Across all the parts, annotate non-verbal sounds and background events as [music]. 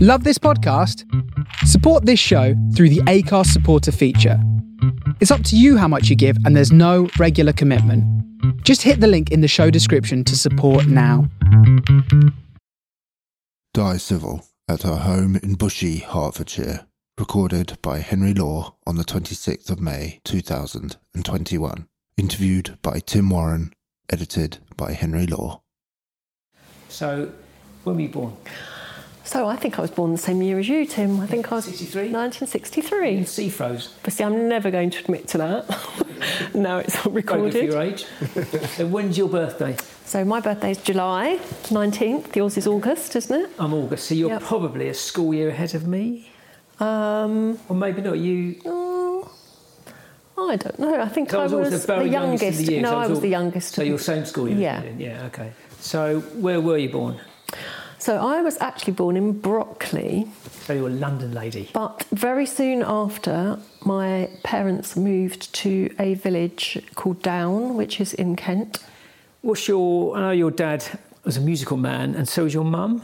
Love this podcast? Support this show through the ACARS supporter feature. It's up to you how much you give, and there's no regular commitment. Just hit the link in the show description to support now. Die Civil at her home in Bushey, Hertfordshire. Recorded by Henry Law on the 26th of May 2021. Interviewed by Tim Warren. Edited by Henry Law. So, when were you born? So I think I was born the same year as you, Tim. I think I was 1963? 1963. Sea froze. But see, I'm never going to admit to that. [laughs] no, it's not Quite good for recorded. your [laughs] age. so, when's your birthday? So my birthday's July 19th. Yours is August, isn't it? I'm August, so you're Yep. probably a school year ahead of me, Um, or maybe not. You mm, I don't know. I think so I was, always the, very youngest. in the year, no, so I was all- the youngest. So of you're the- same school year. Yeah. Yeah. Okay. So where were you born? So I was actually born in Brockley, So you're a London lady. but very soon after, my parents moved to a village called Down, which is in Kent. What's your? I know your dad was a musical man, and so was your mum.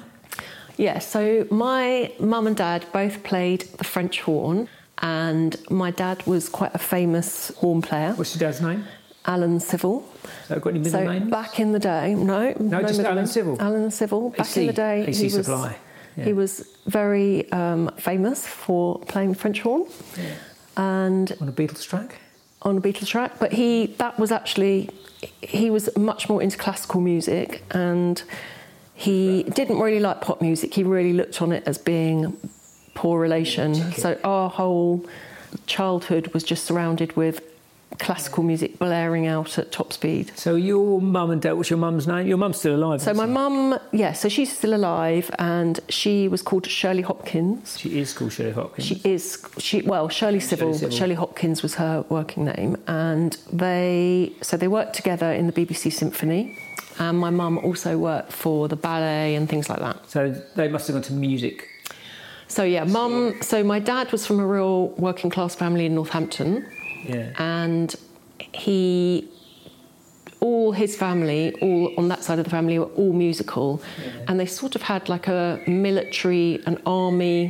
Yeah, so my mum and dad both played the French horn, and my dad was quite a famous horn player, What's your dad's name? Alan Civil. So got any middle So name? back in the day, no, no, just middle Alan name. Civil. Alan Civil. Back AC, in the day, AC Supply, yeah. he was very um, famous for playing French horn, and On a Beatles track. on a Beatles track, but he that was actually he was much more into classical music and he didn't really like pop music. He really looked on it as being poor relation. So our whole childhood was just surrounded with classical music blaring out at top speed. So your mum and dad. What's your mum's name? Your mum's still alive. So isn't my she? mum, yeah, so she's still alive and she was called Shirley Hopkins. She is called Shirley Hopkins. She is she well Shirley Civil, Civil. but Shirley Hopkins was her working name, and they so they worked together in the BBC Symphony, and my mum also worked for the ballet and things like that. So they must have gone to music. So yeah, mum. So my dad was from a real working class family in Northampton, Yeah. and he all his family all on that side of the family were all musical and they sort of had like a military an army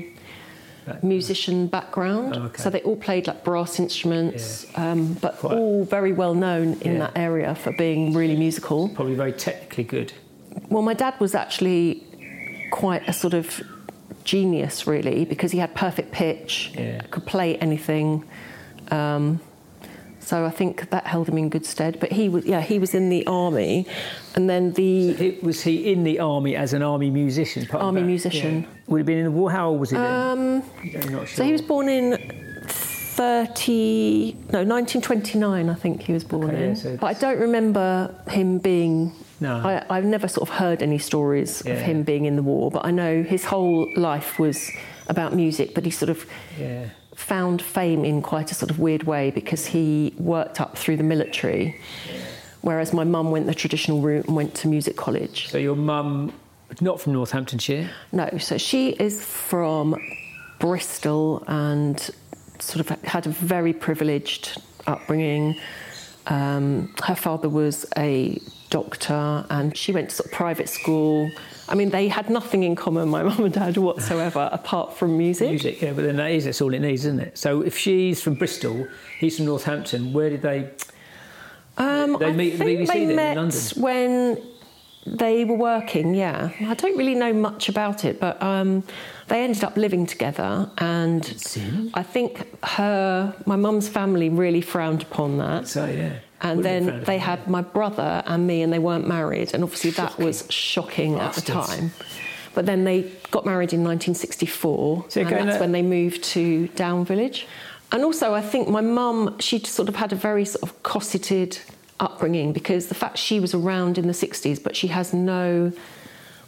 musician background Oh, okay. so they all played like brass instruments um, but Quite- all very well known in Yeah. that area for being really musical Probably very technically good. well, my dad was actually quite a sort of genius, really, because he had perfect pitch, Yeah. could play anything. Um, so I think that held him in good stead. But he was, yeah, he was in the army, and then the He, was he in the army as an army musician? part of Army that? musician. Um, Yeah. Would he have been in the war? How old was he then? I'm not sure. so he was born in. 30 no 1929 I think he was born Okay, yeah, in so- but I don't remember him being No. I, I've never sort of heard any stories Yeah. of him being in the war but I know his whole life was about music but he sort of Yeah. found fame in quite a sort of weird way because he worked up through the military, whereas my mum went the traditional route and went to music college. So your mum, was not from Northamptonshire. No, so she is from Bristol and sort of had a very privileged upbringing. Um, her father was a doctor and she went to sort of private school. I mean, they had nothing in common, my [laughs] mum and dad, whatsoever, apart from music. Music, yeah, but then that is that's all it needs, isn't it? So if she's from Bristol, he's from Northampton. Where did they? Um, They I meet at the think BBC they then in met London. when they were working. Yeah, I don't really know much about it, but um, they ended up living together, and I think her, my mum's family, really frowned upon that. So yeah. and Wouldn't have then found they it. had my brother and me, and they weren't married, and obviously that was shocking at Bastards. the time. But then they got married in 1964, So you're and going that's there- when they moved to Down Village. And also, I think my mum, she sort of had a very sort of cosseted upbringing because the fact she was around in the 60s, but she has no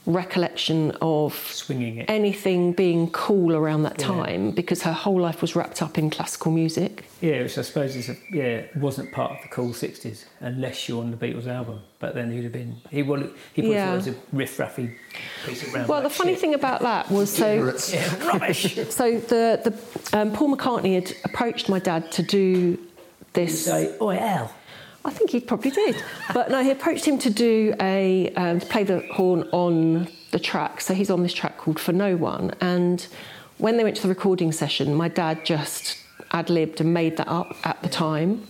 recollection of Swinging it. anything being cool around that time because her whole life was wrapped up in classical music. Yeah, which I suppose is a, yeah wasn't part of the cool sixties unless you're on the Beatles album. But then he'd have been he would he probably Yeah. thought it was a riff raffy piece of round. Well, the funny thing about that was so [laughs] rubbish. So the, the um, Paul McCartney had approached my dad to do this. Say, oh Al, I think he probably did, but no, he approached him to do a um, to play the horn on the track. So he's on this track called For No One. And when they went to the recording session, my dad just ad libbed and made that up at the time.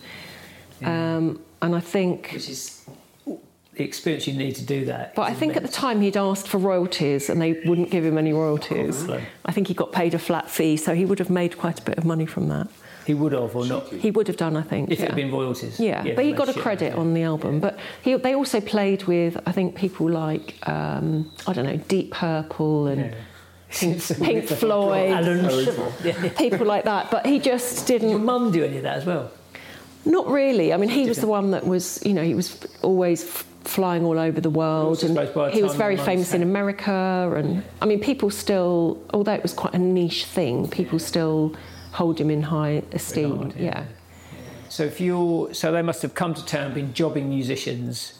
Um, and I think, Which is the experience you need to do that. but I think at the time he'd asked for royalties and they wouldn't give him any royalties. really? I think he got paid a flat fee, so he would have made quite a bit of money from that. he would have or not. He would have done, I think. If it yeah. had been royalties. Yeah, but he they got a should have, credit yeah. [laughs] on the album. But he, they also played with, I think, people like, um, I don't know, Deep Purple and [laughs] Pink, Pink Floyd, Alan Shivel. Yeah. [laughs] people like that. But he just Your didn't, mum do any of that as well? not really. I mean, he was the one that was, you know, he was always f- flying all over the world. Also And supposed by the he was time very your mum's famous in had- America. And I mean, people still, although it was quite a niche thing, people still hold him in high esteem. Regard, yeah. yeah. So if you're, so they must have come to town, been jobbing musicians,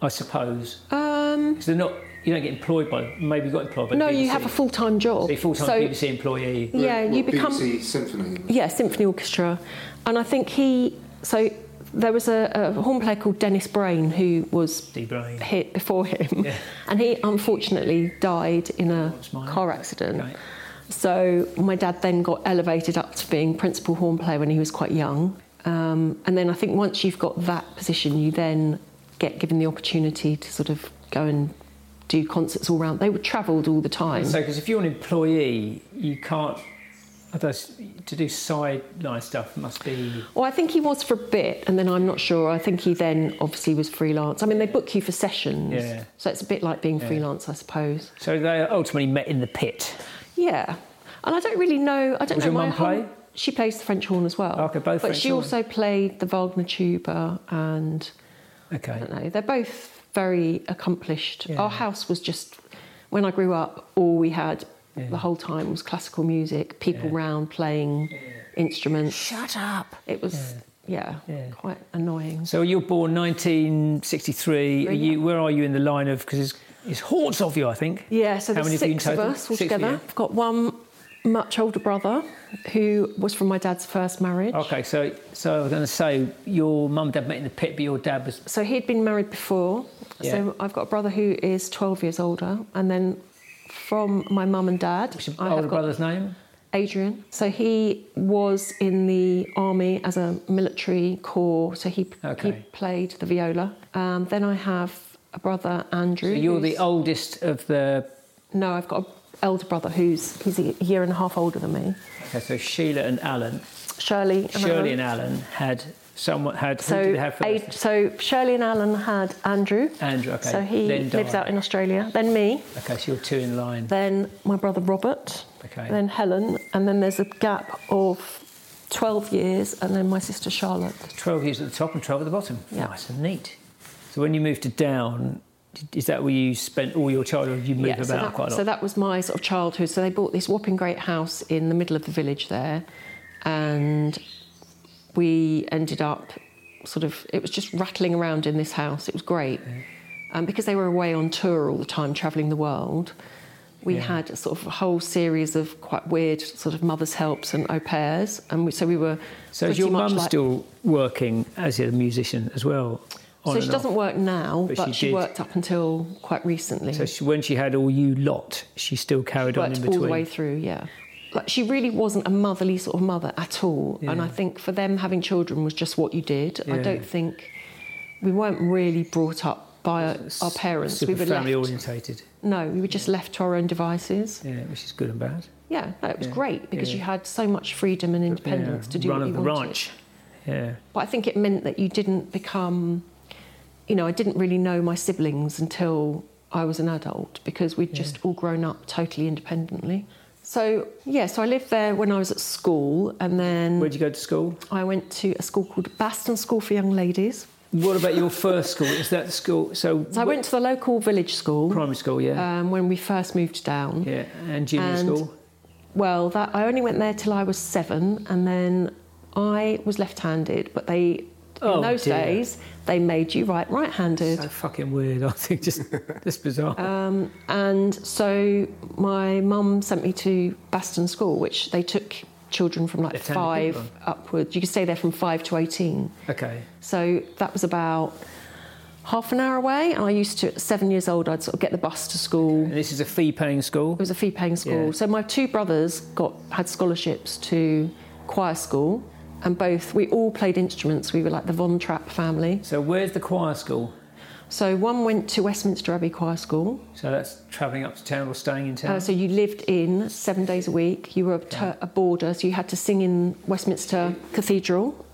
I suppose. Um, So they're not, you don't get employed by, maybe you got employed by no, the BBC. you have a full time job. So you're a full-time So- BBC employee. Yeah, you become. BBC Symphony. yeah, symphony orchestra, and I think he. So there was a, a horn player called Dennis Brain who was D. [laughs] Brain. hit before him, [laughs] and he unfortunately died in a That's mine. car accident. Right. So my dad then got elevated up to being principal horn player when he was quite young, um, and then I think once you've got that position, you then get given the opportunity to sort of go and do concerts all round. They were travelled all the time. So, because if you're an employee, you can't. I don't- To do sideline stuff must be. Well, I think he was for a bit, and then I'm not sure. I think he then obviously was freelance. I mean, they book you for sessions, Yeah. so it's a bit like being freelance, I suppose. So they ultimately met in the pit. Yeah, and I don't really know. I don't Does your know. my mum play? whole- She plays the French horn as well. Okay, both But French she horn. also played the Wagner tuba, and I Okay. don't know. They're both very accomplished. Yeah. Our house was just when I grew up, all we had Yeah. the whole time was classical music, people Yeah. round playing instruments. Shut up! It was Yeah. yeah. quite annoying. So you were born 1963. Are Yeah. you, where are you in the line of? Because it's, it's hordes of you, I think. Yeah, so How there's many you in six of total? us all Six of together. you. I've got one much older brother who was from my dad's first marriage. Okay, so so I was going to say your mum and dad met in the pit, but your dad was So he'd been married before. Yeah. So I've got a brother who is 12 years older. And then from my mum and dad, what's your I older have got brother's name. Adrian. So he was in the army as a military corps. So he, he Okay. played the viola. Um, then I have a brother, Andrew. You're the who's- oldest of the. No, I've got an elder brother who's he's a year and a half older than me. Okay, so Sheila and Alan, Shirley. and Shirley and Alan. Alan had someone had. who did they So, have first? Ad- so Shirley and Alan had Andrew. Andrew, okay. So he Then lives Di. out in Australia. Then me. Okay, so you're two in line. Then my brother Robert. Okay. Then Helen. And then there's a gap of 12 years. And then my sister Charlotte. 12 years at the top and 12 at the bottom. Yeah. Nice and neat. So when you moved to down, did- is that where you spent all your childhood? You moved yeah, about so that, quite a lot. so that was my sort of childhood. So they bought this whopping great house in the middle of the village there. And we ended up sort of, it was just rattling around in this house. It was great. Um, because they were away on tour all the time, travelling the world, we Yeah. had a sort of a whole series of quite weird sort of mother's helps and au pairs. And we, so we were. so is pretty your much mum like- still working as a musician as well? on So she and doesn't off? work now, But but, she she, did. worked up until quite recently. So she, when she had all you lot, she still carried on in worked all between. the way through, yeah. Like she really wasn't a motherly sort of mother at all. And I think for them having children was just what you did. I Yeah. don't think we weren't really brought up by our, our parents. Super we were family left, orientated. no, we were just left to our own devices. Yeah, which is good and bad. Yeah, no, it was Yeah. great because Yeah. you had so much freedom and independence Yeah, to do run what of you the wanted. ranch. Yeah. But I think it meant that you didn't become, you know, I didn't really know my siblings until I was an adult because we'd just all grown up totally independently. So, yeah, so I lived there when I was at school and then Where'd you go to school? I went to a school called Baston School for Young Ladies. What about your first school? Is that school? So, So I went to the local village school primary school, yeah. um, when we first moved down. yeah, and junior and- school. Well, that I only went there till I was seven, and then I was left-handed. But they, Oh, in those dear. days, they made you write right-handed, So fucking weird. I think just [laughs] that's bizarre. Uh, and so my mum sent me to Baston School, which they took children from like Left-handed five people. upwards. You could stay there from five to eighteen. okay. So that was about half an hour away. And I used to, at seven years old, I'd sort of get the bus to school. And this is a fee-paying school. It was a fee paying school. Yeah. So my two brothers got had scholarships to choir school and both we all played instruments. We were like the Von Trapp family. So where's the choir school? So one went to Westminster Abbey Choir School. So that's travelling up to town or staying in town. Uh, so you lived in seven days a week. You were a, ter- a boarder, so you had to sing in Westminster Cathedral.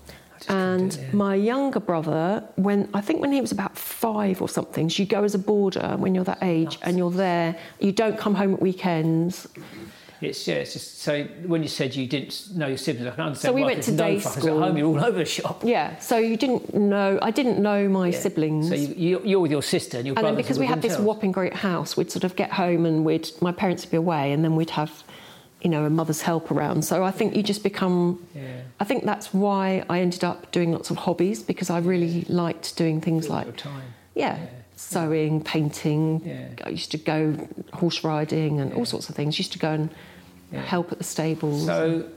And my younger brother, when I think when he was about five or something, so you go as a boarder when you're that age, and you're there. You don't come home at weekends. It's yeah, it's just so when you said you didn't know your siblings, I can understand. So we why, went 'cause to no day fuckers school. At home, you're all over the shop. Yeah, so you didn't know. I didn't know my Yeah. siblings. So you, you, you're with your sister and your and brother. then because we had this whopping great house, we'd sort of get home and we'd my parents would be away, and then we'd have, you know, a mother's help around. So I think you just become. Yeah. I think that's why I ended up doing lots of hobbies because I really liked doing things like of time. yeah, sewing, painting. Yeah. I used to go horse riding and all sorts of things. Used to go and help at the stables. So,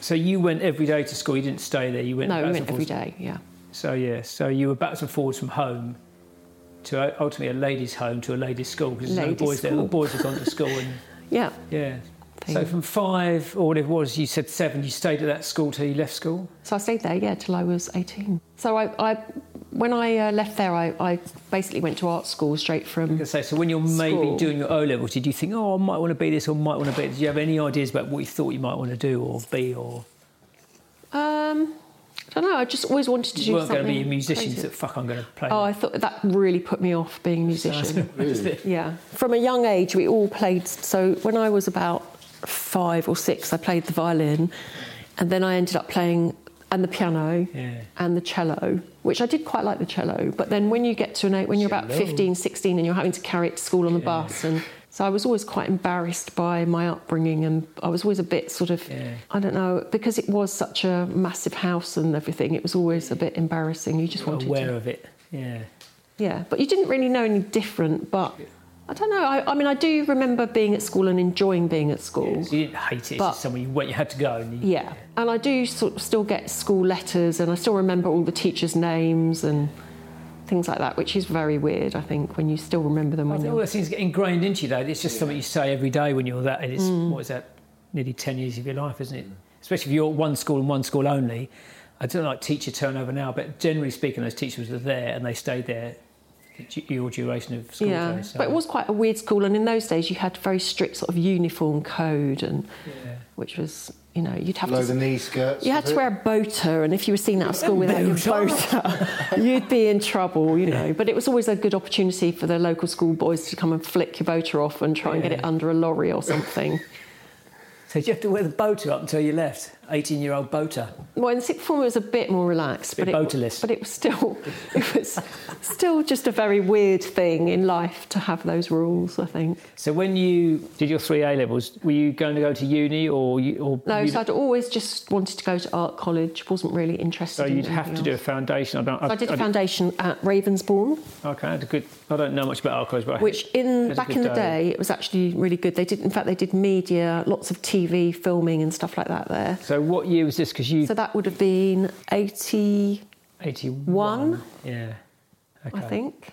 so you went every day to school. You didn't stay there. You went. no, we back went and every forwards. day. Yeah. So yeah, so you were back and forwards from home to ultimately a ladies' home to a ladies' school because there's no Ladies' boys there. The school. boys had gone [laughs] to school and Yeah. yeah. So Thing. from five or whatever it was, you said seven. You stayed at that school till you left school. So I stayed there, yeah, till I was 18. So I, I when I uh, left there, I, I basically went to art school straight from. Okay, so when you're maybe School. doing your O levels, did you think, oh, I might want to be this or might want to be? Did you have any ideas about what you thought you might want to do or be or Um, I don't know. I just always wanted to you do weren't something. going to be musicians creative. that fuck I'm going to play? [laughs] Oh, I thought that really put me off being a musician. yeah, from a young age, we all played. So when I was about five or six, I played the violin, and then I ended up playing and the piano Yeah. and the cello, which I did quite like the cello. But then when you get to an age, when you're about 15, 16, and you're having to carry it to school on the bus, and so I was always quite embarrassed by my upbringing, and I was always a bit sort of, I don't know, because it was such a massive house and everything. It was always a bit embarrassing. You just wanted aware to, of it. Yeah. yeah. But you didn't really know any different. But I don't know. I, I mean, I do remember being at school and enjoying being at school. So you didn't hate it. It's But- just somewhere you went, you had to go. And you, Yeah, and I do sort of still get school letters, and I still remember all the teachers' names and things like that, which is very weird. I think when you still remember them I when think all you're those things get ingrained into you, though. It's just something you say every day when you're that, and it's Mm. what is that? Nearly ten years of your life, isn't it? Especially if you're at one school and one school only. I don't like teacher turnover now, but generally speaking, those teachers were there and they stayed there the du- your duration of school. yeah. day, so- But it was quite a weird school, and in those days you had very strict sort of uniform code, and which was you know you'd have Below to. the knee skirts. You had was to it? wear a boater, and if you were seen out of school without your boater, [laughs] you'd be in trouble, you know. But it was always a good opportunity for the local school boys to come and flick your boater off and try and get it under a lorry [laughs] or something. So did you have to wear the boater up until you left? 18 year old boater. Well, in sixth form it was a bit more relaxed, bit but it, boaterless. but it was still [laughs] it was still just a very weird thing in life to have those rules. I think. So when you did your three A levels, were you going to go to uni or you, or No, you, so I'd always just wanted to go to art college. wasn't really interested. so in you'd have anything to do a else. foundation. I don't. So I did a foundation at Ravensbourne, Okay, I had a good. I don't know much about art college, but I- which it in was a back good in the day it was actually really good. They did, in fact, they did media, lots of TV filming and stuff like that there. So what year was this? Because you So that would have been eighty 81. Yeah. Okay. I think.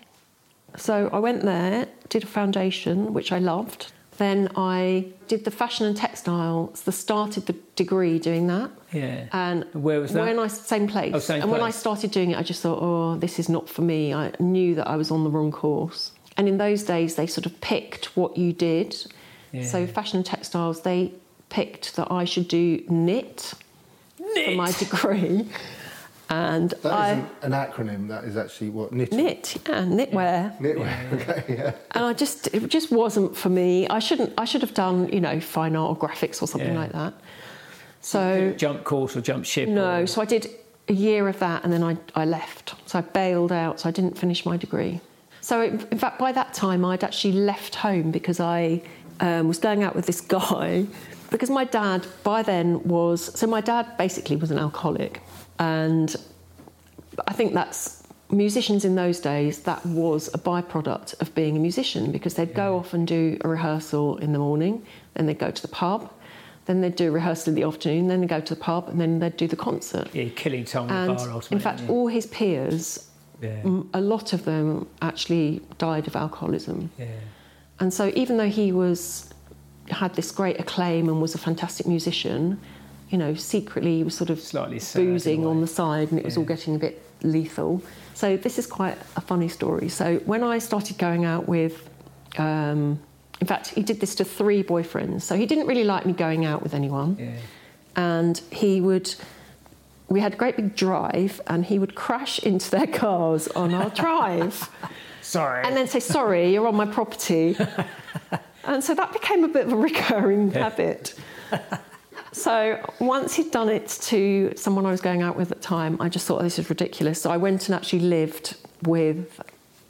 So I went there, did a foundation, which I loved. Then I did the fashion and textiles. The started the degree doing that. Yeah. And Where was that? When I same place. Oh, same and when I place. started doing it, I just thought, oh, this is not for me. I knew that I was on the wrong course. And in those days, they sort of picked what you did. So fashion and textiles, they picked that I should do knit, [laughs] for my degree. And I That isn't an acronym. That is actually what knitting. knit, yeah, knitwear. Knitwear. [laughs] Okay. Yeah. and I just it just wasn't for me. I shouldn't I should have done you know fine art or graphics or something Yeah. like that. So jump course or jump ship? no, or- so I did a year of that and then I, I left. So I bailed out. So I didn't finish my degree. So it, in fact, by that time I'd actually left home because I um, was going out with this [laughs] guy. Because my dad by then was so my dad basically was an alcoholic and I think that's musicians in those days that was a byproduct of being a musician because they'd go off and do a rehearsal in the morning then they'd go to the pub then they'd do a rehearsal in the afternoon then they'd go to the pub and then they'd do the concert Yeah, you're killing time in the and bar ultimately. in fact aren't you? all his peers Yeah. m- a lot of them actually died of alcoholism. Yeah. And so even though he was had this great acclaim and was a fantastic musician, you know, secretly he was sort of Slightly sad in a boozing way. on the side and it was all getting a bit lethal. So this is quite a funny story. So when I started going out with um, in fact, he did this to three boyfriends. So he didn't really like me going out with anyone Yeah. and he would we had a great big drive and he would crash into their [laughs] cars on our drive Sorry. and then say sorry you're on my [laughs] property and so that became a bit of a recurring habit so once he'd done it to someone i was going out with at the time i just thought oh, this is ridiculous so i went and actually lived with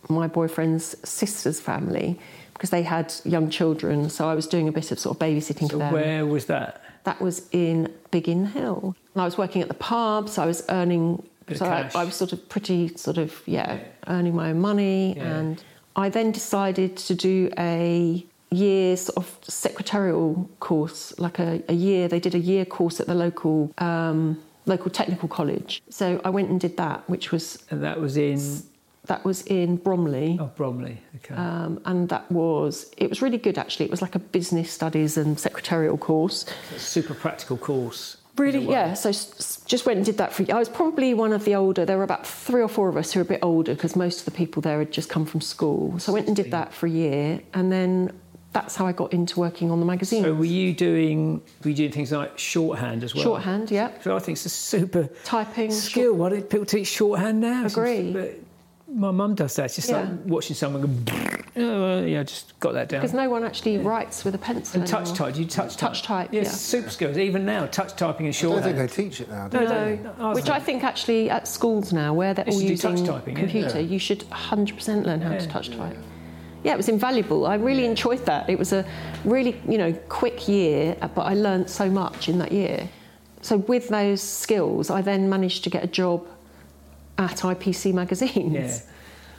my boyfriend's sister's family because they had young children so i was doing a bit of sort of babysitting for so them where was that? that was in Biggin Hill. And I was working at the pub, so I was earning. Bit of so I, cash. I was sort of pretty, sort of, yeah, earning my own money. Yeah. And I then decided to do a year sort of secretarial course, like a, a year. They did a year course at the local um, local technical college. So I went and did that, which was And that was in that was in Bromley. oh Bromley. Okay. Um, and that was it was really good actually. It was like a business studies and secretarial course. Super practical course. Really, yeah. So s- s- just went and did that for. I was probably one of the older. There were about three or four of us who were a bit older because most of the people there had just come from school. So I went and did that for a year, and then that's how I got into working on the magazine. So were you doing were you doing things like shorthand as well? Shorthand, yeah. So I think it's a super Typing, skill. Why do people teach shorthand now? It's- Agree. but My mum does that. It's just Yeah. like watching someone go. "Oh, well, yeah, just got that down. Because no one actually writes with a pencil. And touch anymore. type. Do you touch type? Touch type, Yes, yeah. super skills. Even now, touch typing and I don't shorthand. think they teach it now. Do No, they? no, No, which I think actually at schools now, where they're They all should do using touch typing, yeah. computer, Yeah. you should 100% learn how to Yeah. touch type. Yeah, it was invaluable. I really enjoyed that. It was a really, you know, quick year, but I learnt so much in that year. So with those skills, I then managed to get a job at IPC magazines. Yeah.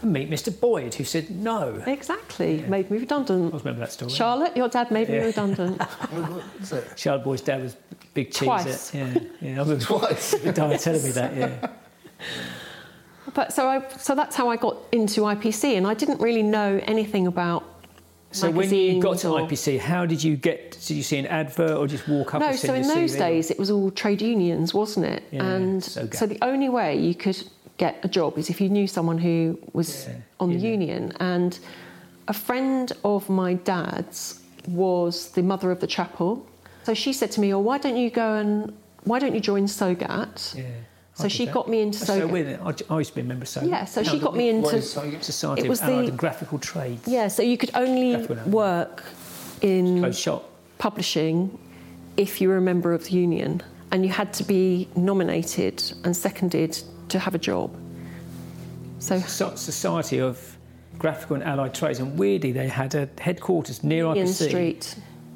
And meet Mr. Boyd, who said no. I Exactly, made me redundant. always remember that story. Charlotte, your dad made Yeah. me [laughs] redundant. That's it. Child Boy's dad was big cheese. Twice. Yeah, yeah. I remember Twice. [laughs] the dad telling me that. Yeah. but so I, so that's how I got into IPC, and I didn't really know anything about. So when you got magazines to or- IPC, how did you get? Did you see an advert or just walk up? No, and so send in your those CV? days it was all trade unions, wasn't it? Yeah, and so so, gay. the only way you could get a job is if you knew someone who was Yeah, on the union. union. And a friend of my dad's was the mother of the chapel. So she said to me, "Oh, why don't you go and why don't you join SOGAT?" Yeah. So I did she that. got me into That's So, SOGAT. weird, isn't it? I, I used to be a member of so yeah, so she got me What into is Sogat? Society It was of Allied the- and Graphical Trades. yeah. So you could only Graphical design. work in Closed shop. publishing if you were a member of the union and you had to be nominated and seconded to have a job. So So, Society of Graphical and Allied Trades, and weirdly they had a headquarters near Union IPC. Street.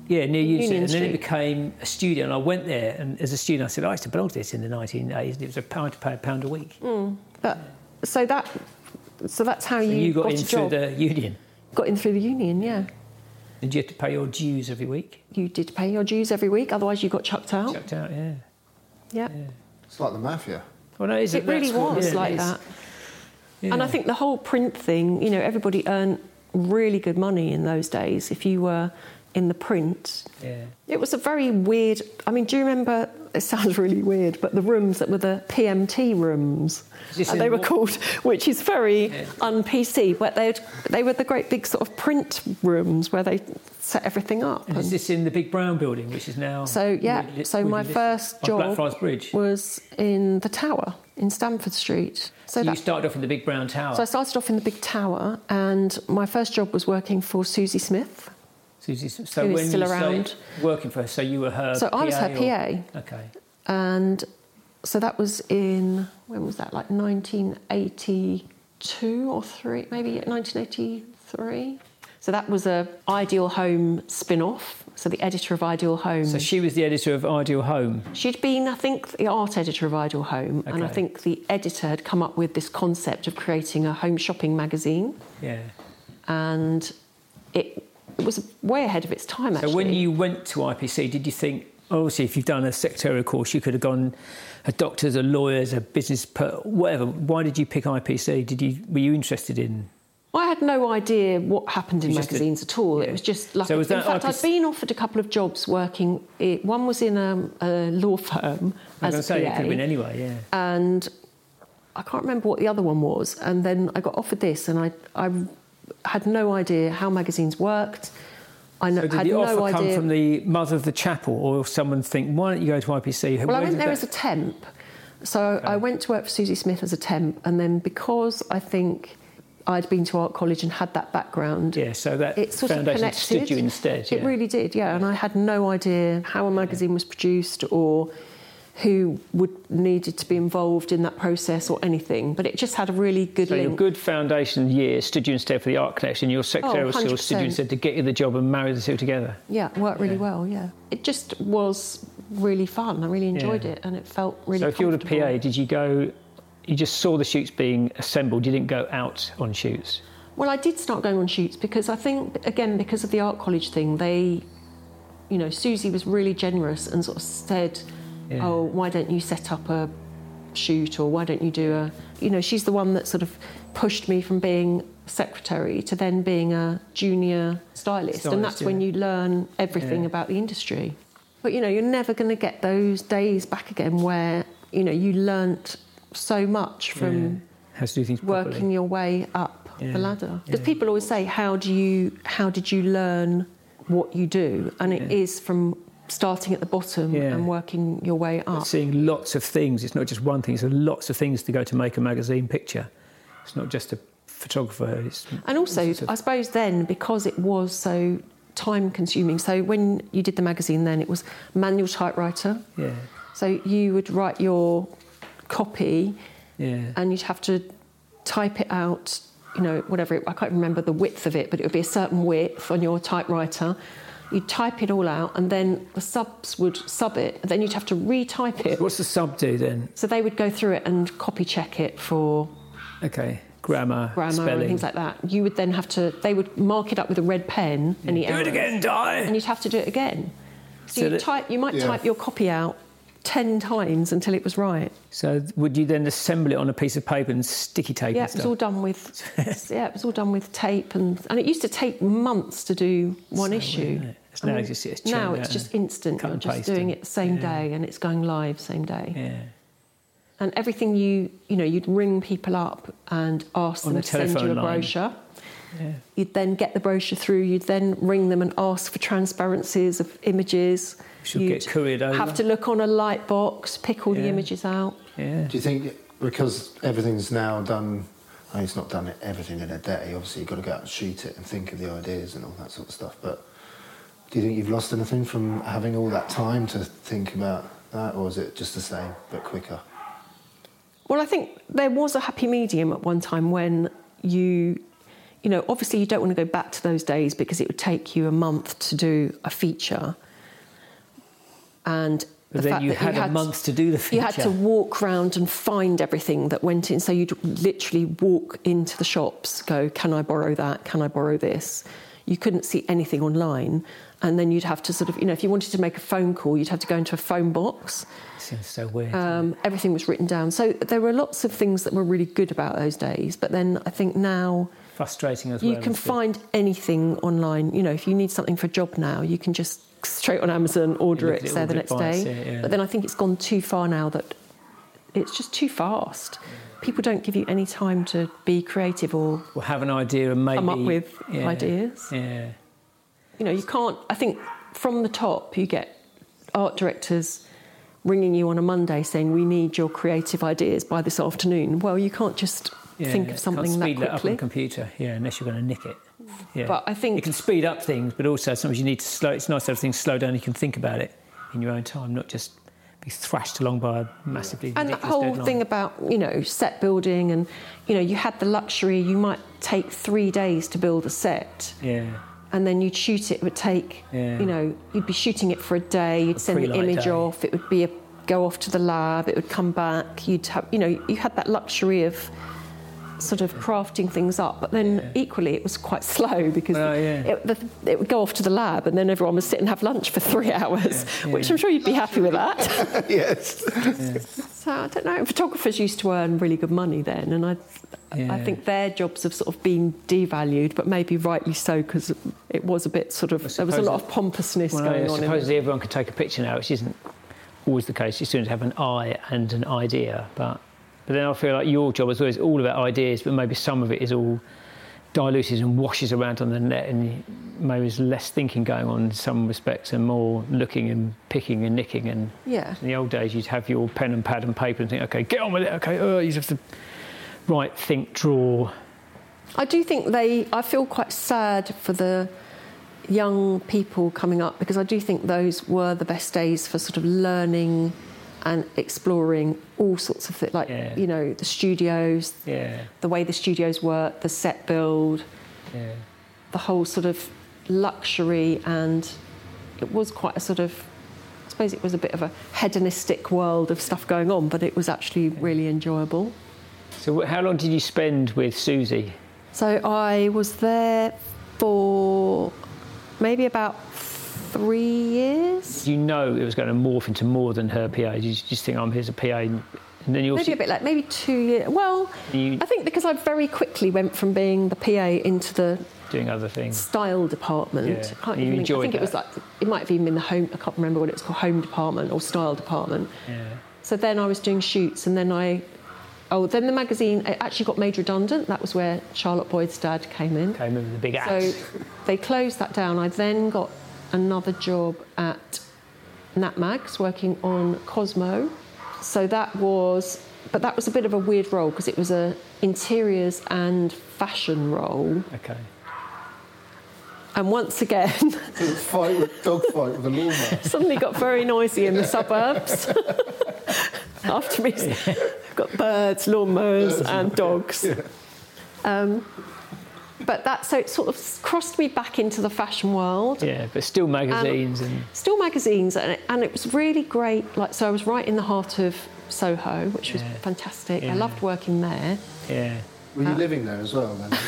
Yeah, near Union, Union Street. And then it Street. became a studio, and I went there. And as a student, I said, I used to belong to this in the 1980s, and it was a pound to pay a pound a week. Mm, But so that so that's how you, and you got, got in a through job. the union. Got in through the union, yeah. Did you have to pay your dues every week? You did pay your dues every week, otherwise you got chucked out. Chucked out, yeah. Yeah. It's like the mafia. Well, no, is It really that's what- was yeah, it like is. that. And I think the whole print thing, you know, everybody earned really good money in those days if you were in the print. Yeah. It was a very weird. I mean, do you remember? It sounds really weird, but the rooms that were the PMT rooms, This uh, in they were what- called, which is very un-PC. But they they were the great big sort of print rooms where they set everything up. And and- is this in the big brown building, which is now? so yeah, Woodley- so my Woodley- first on job Blackfriars Bridge. was in the Tower in Stamford Street. So you that, started off in the big brown tower. so I started off in the big tower, and my first job was working for Susie Smith. Susie, so who is when still you say around. working for her, so you were her. So PA I was her Mm-hmm. or- PA. Okay. and so that was in when was that like 1982 or 3 maybe 1983 so that was a ideal home spin-off so the editor of ideal home So she was the editor of Ideal Home. she'd been i think the art editor of ideal home and i Okay. think the editor had come up with this concept of creating a home shopping magazine Yeah. and it, it was way ahead of its time actually So when you went to IPC, did you think obviously, if you've done a secretarial course, you could have gone a doctor's, a lawyer's, a business, per, whatever. Why did you pick IPC? Did you were you interested in? I had no idea what happened in You just did- magazines at all. It was just like, So was in that fact, IPC I'd been offered a couple of jobs working. It, one was in a, a law firm I was as a gonna say it PA, could have been anyway. Yeah. and I can't remember what the other one was. And then I got offered this, and I, I had no idea how magazines worked. I kn- So did had the no offer idea. come from the mother of the chapel, or someone think, why don't you go to IPC? Well, Where I did went there that- as a temp. So I went to work for Susie Smith as a temp, and then because I think I'd been to art college and had that background, yeah, so that it sort of foundation connected. stood you instead. It yeah. really did, yeah. And I had no idea how a magazine was produced or who would needed to be involved in that process or anything. But it just had a really good So your link. good foundation year stood you instead for the art connection. Your Oh, secretarial skills stood you 100%. instead to get you the job and marry the two together. Yeah, it worked really well. Yeah, it just was really fun. I really enjoyed Yeah. it, and it felt really. so if you were the comfortable. PA, did you go? You just saw the shoots being assembled. You didn't go out on shoots. Well, I did start going on shoots because I think, again, because of the art college thing, they, you know, Susie was really generous and sort of said, Yeah. oh, why don't you set up a shoot or why don't you do a, you know, she's the one that sort of pushed me from being secretary to then being a junior stylist. and Stylist, that's when yeah. you learn everything Yeah. about the industry. But, you know, you're never going to get those days back again where, you know, you learnt so much from How to do things working properly. your way up Yeah, the ladder. Because yeah. people always say, "How do you? How did you learn what you do?" And it is Yeah. from starting at the bottom Yeah. and working your way up. Seeing lots of things. It's not just one thing. It's lots of things to go to make a magazine picture. It's not just a photographer. It's And also, Sort of- I suppose then because it was so time consuming. So when you did the magazine, then it was manual typewriter. yeah, So you would write your copy, yeah. and you'd have to type it out. You know, whatever it, I can't remember the width of it, but it would be a certain width on your typewriter. You'd type it all out, and then the subs would sub it, and then you'd have to retype it. What's the sub do then? So they would go through it and copy check it for Okay, grammar, grammar spelling. and things like that. You would then have to, they would mark it up with a red pen, any do errors, it again, die. and you'd have to do it again. So So, you that- type, you might Yeah. type your copy out ten times until it was right. So would you then assemble it on a piece of paper and sticky tape Yeah, and it was stuff? all done with. [laughs] yeah, it was all done with tape, and and it used to take months to do one issue. isn't it? It's now it's just- it's churned now out it's and just instant. cut You're and just pasted. doing it the same day, and it's going live same day. yeah. And everything you you know, you'd ring people up and ask On them the to send you a telephone line. brochure. Yeah. You'd then get the brochure through. You'd then ring them and ask for transparencies of images. Should You'd get couriered over. Have to look on a light box, pick all the Yeah. images out. Yeah. Do you think because everything's now done? I mean, it's not done everything in a day. Obviously, you've got to go out and shoot it and think of the ideas and all that sort of stuff. But do you think you've lost anything from having all that time to think about that, or is it just the same but quicker? Well, I think there was a happy medium at one time when you, you know, obviously you don't want to go back to those days because it would take you a month to do a feature. And But the then fact you that had, you had a month to do the feature. You had to walk round and find everything that went in. So you'd literally walk into the shops, go, can I borrow that? Can I borrow this? You couldn't see anything online. And then you'd have to sort of, you know, if you wanted to make a phone call, you'd have to go into a phone box Seems so weird. um, everything was written down. So there were lots of things that were really good about those days. But then I think now Frustrating as well. you can isn't it? find anything online. You know, if you need something for a job now, you can just straight on Amazon order it, literally there order the it next by day. itself, yeah. But then I think it's gone too far now that it's just too fast. People don't give you any time to be creative or Or have an idea and maybe Come up with ideas. Yeah. you know, you can't. I think from the top, you get art directors ringing you on a Monday saying, "We need your creative ideas by this afternoon." Well, you can't just Yeah, think can't of something that speed up on quickly. a computer, yeah, unless you're going to nick it. Yeah. But I think- it can speed up things, but also sometimes you need to slow. It's nice to have things slow down. You can think about it in your own time, not just be thrashed along by a massively and that ridiculous whole deadline. thing about you know set building and you know you had the luxury you might take three days to build a set Yeah, and then you'd shoot it. It would take, Yeah. you know, you'd be shooting it for a day. You'd send the pre-light image day. off. It would be a go off to the lab. It would come back. You'd have, you know, you had that luxury of sort of crafting things up. But then equally, it was quite [laughs] slow because Oh, yeah. it, the, it would go off to the lab, and then everyone would sit and have lunch for three [laughs] hours, which I'm sure you'd be happy with that. [laughs] yes. so I don't know. Photographers used to earn really good money then, and I. I Yeah. think their jobs have sort of been devalued, but maybe rightly so because it was a bit sort of there was a suppose lot it- of pompousness Well, going yeah, on. in supposedly everyone can take a picture now, which isn't always the case. You soon have an eye and an idea, but but then I feel like your job is always all about ideas, but maybe some of it is all diluted and washes around on the net, and maybe there's less thinking going on in some respects and more looking and picking and nicking. And Yeah. in the old days, you'd have your pen and pad and paper and think, okay, get on with it. Okay, uh, you have to write, think, draw. I do think they. I feel quite sad for the young people coming up because I do think those were the best days for sort of learning and exploring all sorts of things, like Yeah. you know the studios, Yeah, the way the studios work, the set build, yeah. the whole sort of luxury, and it was quite a sort of. I suppose it was a bit of a hedonistic world of stuff going on, but it was actually really enjoyable. So, wh- how long did you spend with Susie? So I was there for maybe about three years. you know it was going to morph into more than her PA. You just think, I'm here's a PA. And then you Maybe also, a bit like maybe two years. Well, You- I think because I very quickly went from being the PA into the doing other things. style department. Yeah, I can't you even think, I enjoyed think it was that. like it might have even been the home. I can't remember what it was called, home department or style department. Yeah. So then I was doing shoots, and then I. Oh, then the magazine it actually got made redundant. That was where Charlotte Boyd's dad came in. Okay, I remember the big So axe. they closed that down. I then got another job at NatMags working on Cosmo. So that was, but that was a bit of a weird role because it was a interiors and fashion role. okay. And once again, [laughs] fight with dog fight with a lawnmower. suddenly got very noisy in the suburbs. [laughs] After me, got birds, lawnmowers, and dogs. Um, but that so it sort of crossed me back into the fashion world. Yeah, but still magazines Um, and still magazines and it, and it was really great like so i was right in the heart of soho which was Yeah. fantastic Yeah. i loved working there yeah. Were you living there as well then?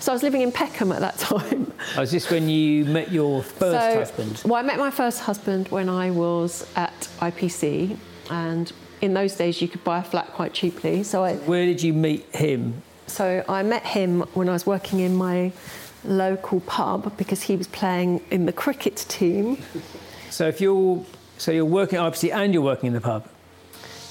so i was living in peckham at that [laughs] time Oh, is this when you met your first so husband? well i met my first husband when i was at ipc and in those days you could buy a flat quite cheaply so i Where did you meet him? So I met him when I was working in my local pub because he was playing in the cricket team. So if you're so you're working at IPC and you're working in the pub.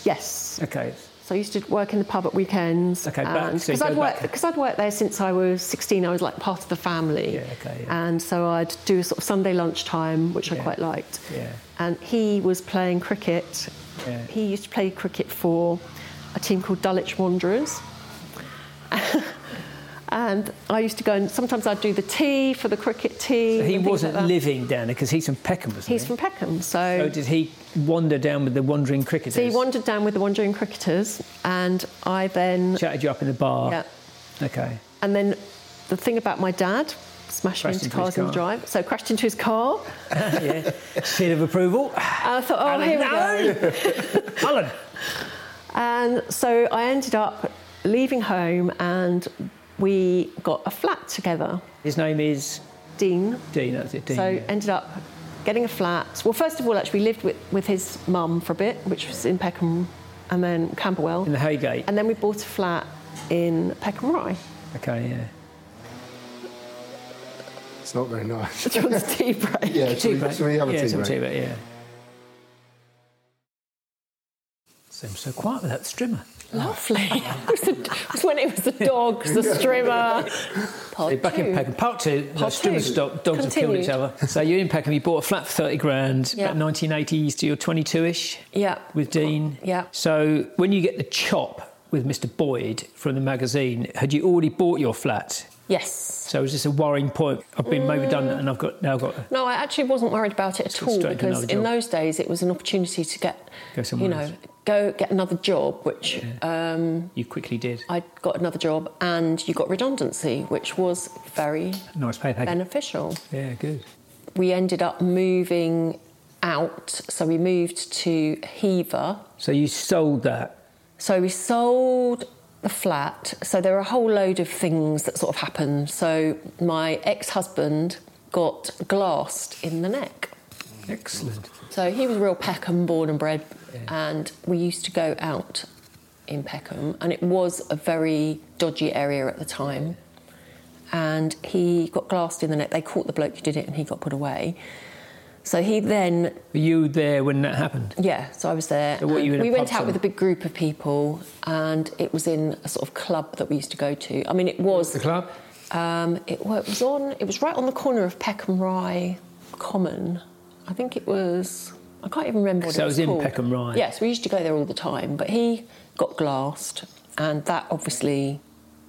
Yes. Okay. So I used to work in the pub at weekends. Okay, back- so you Because go I'd, back. worked- 'cause I'd worked there since I was 16. I was like part of the family. Yeah, okay, yeah. And so I'd do a sort of Sunday lunchtime, which I Yeah. quite liked. Yeah. And he was playing cricket. Yeah. He used to play cricket for a team called Dulwich Wanderers. [laughs] and I used to go and sometimes I'd do the tea for the cricket team. So he and things wasn't like that. living down there because he's from Peckham, wasn't He's he? from Peckham, So so, did he wander down with the wandering cricketers? so he wandered down with the wandering cricketers, and I then Chatted you up in the bar. yeah, Okay. And then the thing about my dad, smashing Crashed into into his cars in the car. drive. So crashed into his car. Yeah. Seal of approval. And I thought, oh, Alan, here we no! go. [laughs] Alan. And so I ended up leaving home and we got a flat together. His name is Dean. Dean. That's it. Dean. so yeah. ended up getting a flat. Well, first of all, actually, we lived with, with his mum for a bit, which was in Peckham and then Camberwell. in the Haygate. and then we bought a flat in Peckham Rye. [laughs] Okay, yeah. It's not very nice. Do [laughs] you want a tea break? Yeah, shall we, shall we have a yeah, tea some break? tea break, yeah. Seems so quiet without strimmer. Lovely. [laughs] it, was the, it was when it was the dogs, the strimmer. Part Back in two. Peckham, part two, no, Part strimmers two. stopped, dogs have killed each Continued. other. So you're in Peckham, you bought a flat for 30 grand, Yeah. about 1980s to your 22 ish Yeah. with Dean. Yeah. So when you get the chop with Mr. Boyd from the magazine, had you already bought your flat? Yes. So is this a worrying point? I've Mm. been made redundant and I've got now got No, I actually wasn't worried about it at all straight to because another in job. those days it was an opportunity to get, Go somewhere you know, else. go get another job, which um, you quickly did. I got another job and you got redundancy, which was very Nice pay packet. beneficial. Yeah, good. We ended up moving out, so we moved to Hever. So you sold that So we sold the flat. So there are a whole load of things that sort of happened. So my ex husband got glassed in the neck. Excellent. So he was real Peckham, born and bred, and we used to go out in Peckham, and it was a very dodgy area at the time. And he got glassed in the neck. They caught the bloke who did it, and he got put away. So he then Were you there when that happened? yeah, so I was there. So what, you and in a we went pub out with a somewhere? big group of people, and it was in a sort of club that we used to go to. I mean, it was The club? Um, it, wa- it was on. It was right on the corner of Peckham Rye Common. I think it was. I can't even remember what So it it was was in called. Peckham Rye. Yes, we used to go there all the time. But he got glassed, and that obviously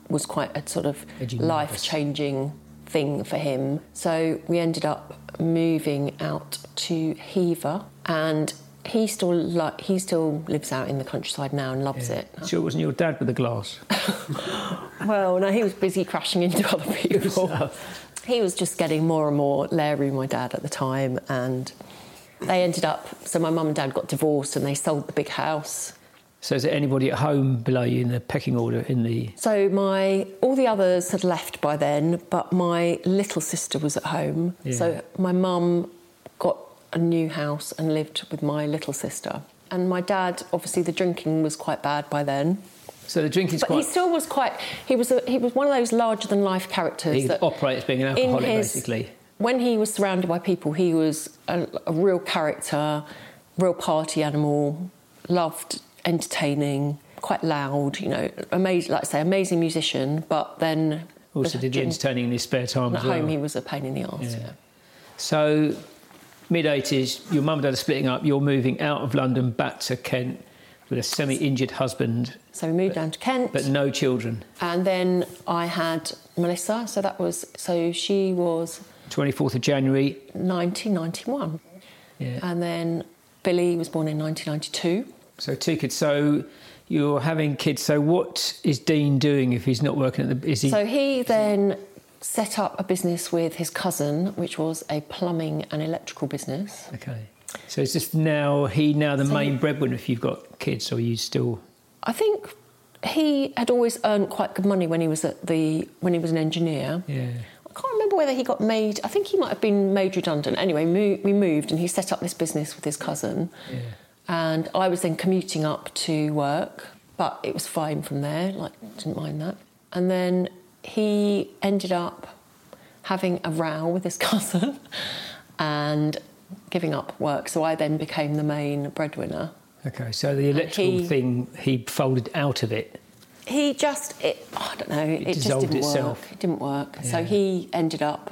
was quite a sort of Edgy life changing thing for him. So we ended up moving out to Hever, and he still li- he still lives out in the countryside now and loves it. Sure, it wasn't your dad with the glass. Well, no, he was busy crashing into other people. he was just getting more and more leery, my dad at the time, and they ended up. So my mum and dad got divorced, and they sold the big house. So is there anybody at home below you in the pecking order in the So my all the others had left by then, but my little sister was at home. Yeah. So my mum got a new house and lived with my little sister. And my dad, obviously, the drinking was quite bad by then. So the drinking's But quite he still was quite. He was a, he was one of those larger than life characters. He that operates being an in alcoholic, basically. When he was surrounded by people, he was a, a real character, real party animal. Loved entertaining, quite loud. You know, amazing. Like I say, amazing musician. But then also Oh, did the during- entertaining in his spare time at as well. home, he was a pain in the arse. Yeah. yeah. So mid eighties, your mum and dad are splitting up, you're moving out of London back to Kent with a semi injured husband So we moved down to Kent. but no children. and then I had Melissa. So that was. So she was Twenty fourth of January. 1991. Yeah. And then Billy was born in 1992. So two kids. So you're having kids. So what is Dean doing if he's not working at the is he So he then set up a business with his cousin, which was a plumbing and electrical business. Okay. So it's just now he now the So main he- breadwinner if you've got kids or you still I think he had always earned quite good money when he was at the when he was an engineer. Yeah. I can't remember whether he got made. I think he might have been made redundant. Anyway, mo- we moved, and he set up this business with his cousin. Yeah. And I was then commuting up to work, but it was fine from there. Like, didn't mind that. And then he ended up having a row with his [laughs] cousin and giving up work. So I then became the main breadwinner. Okay, so the electrical he- thing he folded out of it. he just it, I don't know it, just dissolved didn't itself. work. It didn't work. So Yeah. he ended up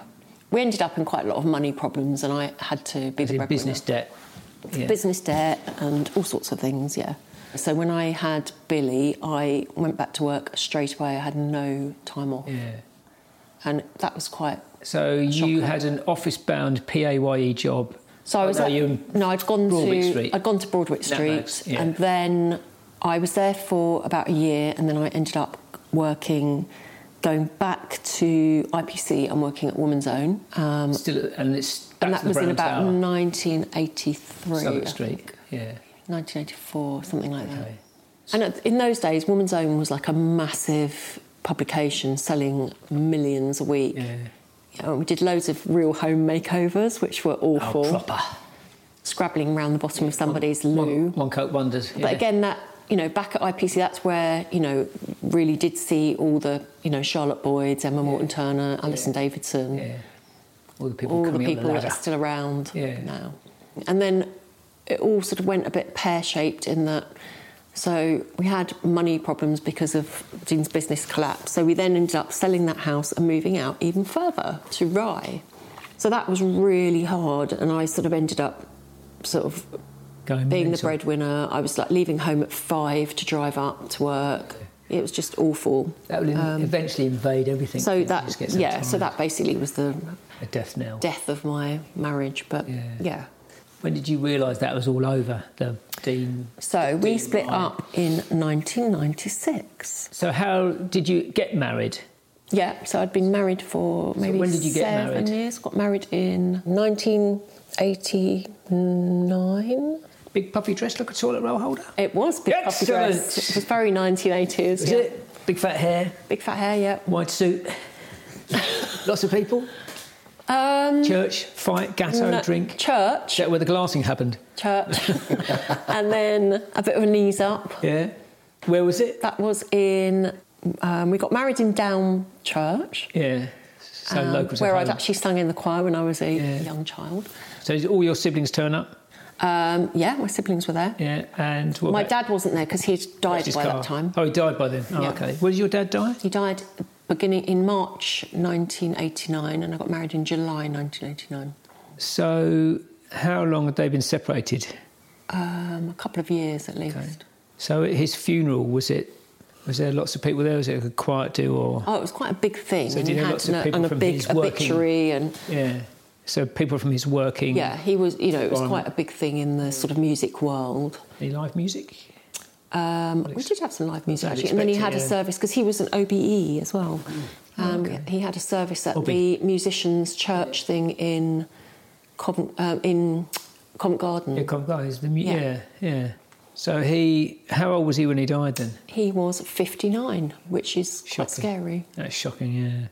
we ended up in quite a lot of money problems, and I had to be As the in breadwinner. business debt. Yeah. business debt, and all sorts of things. Yeah. So when I had Billy, I went back to work straight away. I had no time off, Yeah. and that was quite. So you Shocking. had an office bound PAYE E job. So I was Oh, no, at- you- no, I'd gone Broadwick to Street. I'd gone to Broadwick Knapbacks, Street, yeah. and then I was there for about a year, and then I ended up working. Going back to IPC, I'm working at Woman's Own. Um, Still, and it's and that's that the was Brown in about Tower, 1983, I Southwark think. Street. Yeah. 1984, something like that. Okay. And at- in those days, Woman's Own was like a massive publication selling millions a week. Yeah. You know, we did loads of real home makeovers, which were awful. Oh, proper. Scrabbling around the bottom of somebody's loo. One, one Coke Wonders. But again, that you know, back at IPC, that's where you know really did see all the you know Charlotte Boyd's, Emma Morton Turner, Alison Davidson, Yeah. All the people all the coming up people the that ladder. are still around Yeah. now. And then it all sort of went a bit pear shaped in that. So we had money problems because of Dean's business collapse. So we then ended up selling that house and moving out even further to Rye. So that was really hard, and I sort of ended up sort of Going being the mental. breadwinner. I was like leaving home at five to drive up to work. It was just awful. That will in- eventually invade everything. Um, So You that just get yeah, so satirised. that basically was the a death knell. death of my marriage. But Yeah. yeah, When did you realise that was all over? The Dean. so we Dean split Ryan. up in 1996. So how did you get married? Yeah, so I'd been married for maybe when did you get seven married? years. Got married in 1989. Big puffy dress like a toilet roll holder. It was big puffy Excellent. dress. It was very 1980s. Is yeah. it? Big fat hair, Big fat hair, yeah. white suit, lots of people, Um, church, fight, gatto, no- drink. Is Mm, Church. that where the glassing happened? Church. [laughs] and then a bit of a knees up. Yeah. Where was it? That was in. Um, we got married in Down Church, Yeah. So um, local to where I'd home. actually sung in the choir when I was a Yeah. young child. So did all your siblings turn up? Um, yeah, my siblings were there. Yeah. And what My about- dad wasn't there because he'd died his by car? that time. Oh, he died by then. Oh, Yeah. okay. Where did your dad die? He died beginning in March 1989, and I got married in July 1989. So how long had they been separated? Um, a couple of years at least. So at his funeral was it? Was there lots of people there? Was it a quiet do or? Oh, it was quite a big thing. So and did he you have had lots of an- people and a from his big working- obituary, and Yeah. So people from his working. yeah, he was. You know, it was Environment. quite a big thing in the sort of music world. Any live music? Um, we did have some live music I'd actually, and then he expect had it, a yeah. service because he was an OBE as well. Mm. Um, He had a service at Obby. the musicians' church thing in Covent uh, in Covent Garden. Yeah, Covent Garden, is the mu- Yeah. yeah, yeah. So he, how old was he when he died then? He was 59, which is Shocking. quite scary. That's shocking. Yeah.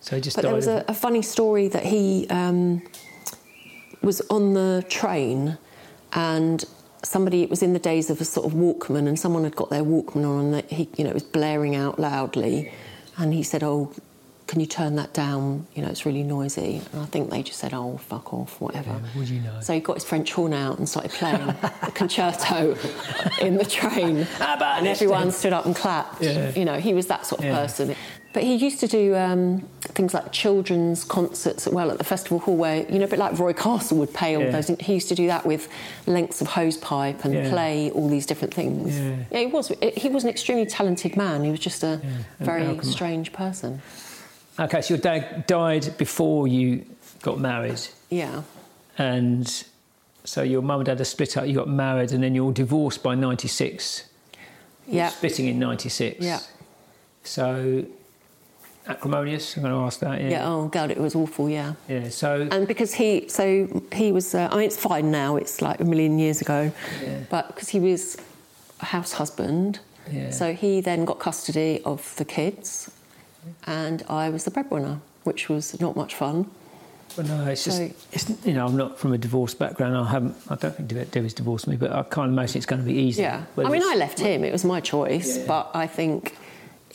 So he just But died. there was of- a, a funny story that he um, was on the train and somebody it was in the days of a sort of Walkman and someone had got their Walkman on and that he you know it was blaring out loudly and he said oh can you turn that down you know it's really noisy and I think they just said oh fuck off whatever Yeah, would you know? so he got his French horn out and started playing a concerto in the [laughs] train and everyone stood up and clapped Yeah. you know he was that sort of Yeah. person but he used to do um, things like children's concerts as well at the festival hall where you know a bit like roy castle would pay all Yeah. those he used to do that with lengths of hose pipe and Yeah. play all these different things Yeah. he was he was an extremely talented man he was just a an very alchemist. strange person Okay, so your dad died before you got married, yeah and so your mum and dad are split up. You got married, and then you're divorced by '96. yeah Splitting in '96. Yeah. So acrimonious. I'm going to ask that. Yeah. yeah oh god it was awful yeah Yeah, So and because he so he was uh, i mean it's fine now it's like a million years ago but because he was a house husband Yeah. so he then got custody of the kids and i was the breadwinner which was not much fun Well, no, it's just So- it's, you know I'm not from a divorce background. I haven't. I don't think Dev- Debbie's divorced me, but I can't imagine it's going to be easy. yeah Whether i mean it's- i left him it was my choice Yeah. but i think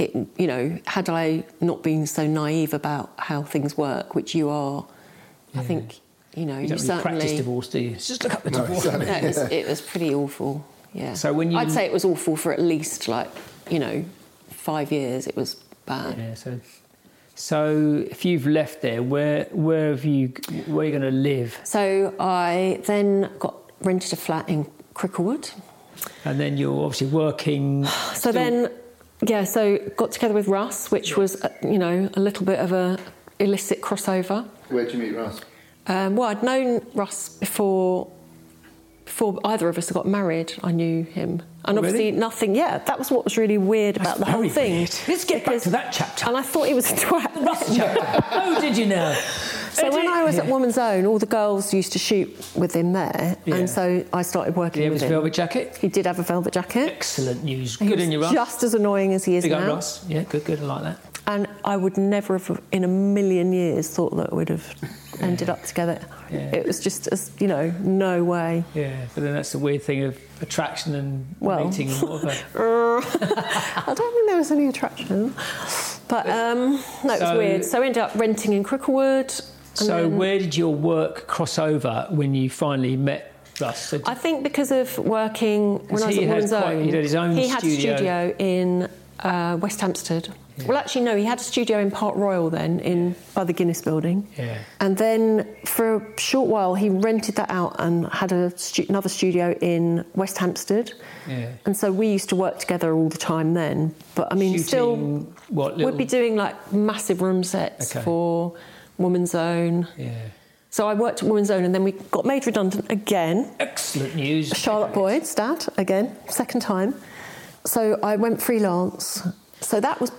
it you know had i not been so naive about how things work which you are i think you know you, You don't really practice certainly divorce, do you? Just look up the No, divorce. exactly. No, it, was, it was pretty awful. Yeah. So when you- I'd say it was awful for at least like you know five years. It was bad. Yeah. So, so if you've left there, where where have you? Where are you going to live? So I then got rented a flat in Cricklewood. And then you're obviously [sighs] working. So then, yeah. So got together with Russ, which was uh, you know a little bit of a illicit crossover. Where'd you meet Russ? Um, well, I'd known Russ before before either of us had got married. I knew him, and obviously Oh, really? nothing. Yeah, that was what was really weird about the whole very thing. weird. Let's get back to that chapter. [laughs] And I thought he was a twat. [laughs] oh, did you know? So when I was at Woman's Own, all the girls used to shoot with him there, Yeah. and so I started working Yeah, with his him. velvet jacket. He did have a velvet jacket. Excellent news. He Good was in your ass. Just as annoying as he is Big old now, Ross. Yeah, good, good. I like that. and I would never have, in a million years, thought that we'd have ended up together. Yeah. It was just, as, you know, no [laughs] way. Yeah, but then that's the weird thing of attraction and Well. meeting and [laughs] whatever. I don't think there was any attraction, but um, no, it So- was weird. So I ended up renting in Cricklewood. and So then- where did your work cross over when you finally met Russ? So I think because of working when I was he at had Woman's quite- Own, he had his own he had studio. studio in uh, West Hampstead. Well, actually, no, he had a studio in Park Royal then, in by the Guinness Building. Yeah. And then for a short while, he rented that out and had a stu- another studio in West Hampstead. Yeah. And so we used to work together all the time then. But I mean, shooting still, what little, we'd be doing like massive room sets Okay. for Woman's Own. yeah. So I worked at Woman's Own, and then we got made redundant again. Excellent news. Charlotte Boyd's dad again, second time. So I went freelance. So that was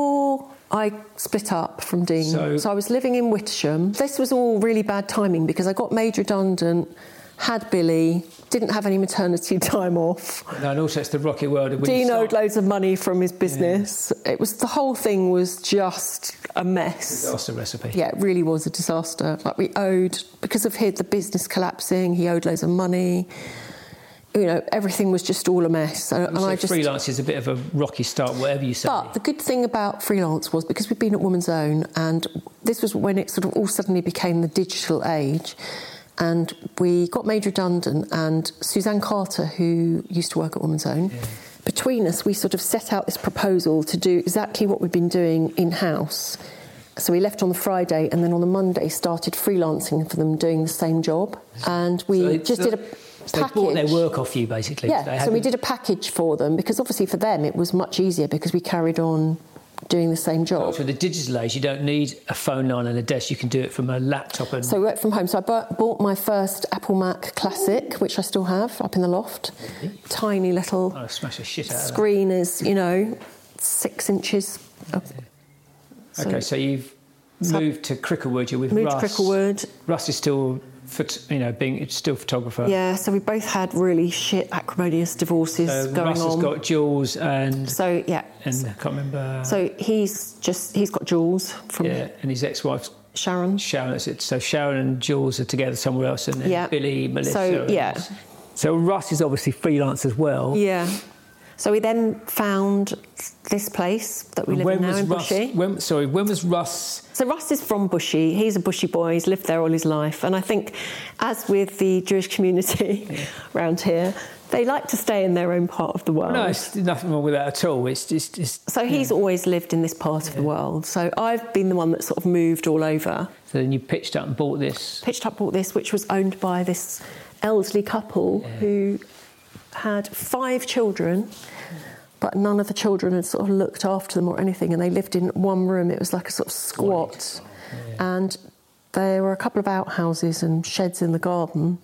before I split up from Dean. So- So, I was living in Wittersham. This was all really bad timing because I got made redundant, had Billy, didn't have any maternity [laughs] time off, No, and also it's the rocky world of when you Dino start, owed loads of money from his business. It was the whole thing was just a mess. disaster recipe. Yeah, it really was a disaster. Like we owed because of his, the business collapsing. He owed loads of money. You know, everything was just all a mess. And, and So I just freelance is a bit of a rocky start, whatever you say. But the good thing about freelance was because we'd been at Woman's Own, and this was when it sort of all suddenly became the digital age. And we got made redundant, and Suzanne Carter, who used to work at Woman's Own, between us, we sort of set out this proposal to do exactly what we'd been doing in house. So we left on the Friday, and then on the Monday started freelancing for them, doing the same job. And we So they- just so- did a so package. They bought their work off you, basically. They Yeah, so hadn't- we did a package for them because obviously for them it was much easier because we carried on doing the same job. With the digital age, you don't need a phone line and a desk. You can do it from a laptop and So we worked from home. So I bu- bought my first Apple Mac Classic, which I still have up in the loft. Tiny little oh, smash the shit out of it. screen is, you know, six inches. Up. Okay, so you've So- moved to Cricklewood. You're with Moved to Russ. Cricklewood. Russ is still, phot- you know, being still photographer. Yeah, so we both had really shit acrimonious divorces So going Uh, Russ on. has got Jules and so yeah. and I can't remember. so he's just he's got Jules from yeah, and his ex-wife's Sharon. Sharon. That's it. So Sharon and Jules are together somewhere else, and then Yeah. Billy, Melissa. So, and- yeah. So Russ is obviously freelance as well. Yeah. So we then found this place that we And live in now in Russ? Bushy. When, sorry, when was Russ? So Russ is from Bushy. He's a Bushy boy. He's lived there all his life. And I think, as with the Jewish community [laughs] around here, they like to stay in their own part of the world. No, it's nothing wrong with that at all. It's just, it's, So he's always lived in this part of the world. So I've been the one that sort of moved all over. so then you pitched up and bought this. Pitched Up bought this, which was owned by this elderly couple who had five children, but none of the children had sort of looked after them or anything, and they lived in one room. It was like a sort of squat, and there were a couple of outhouses and sheds in the garden,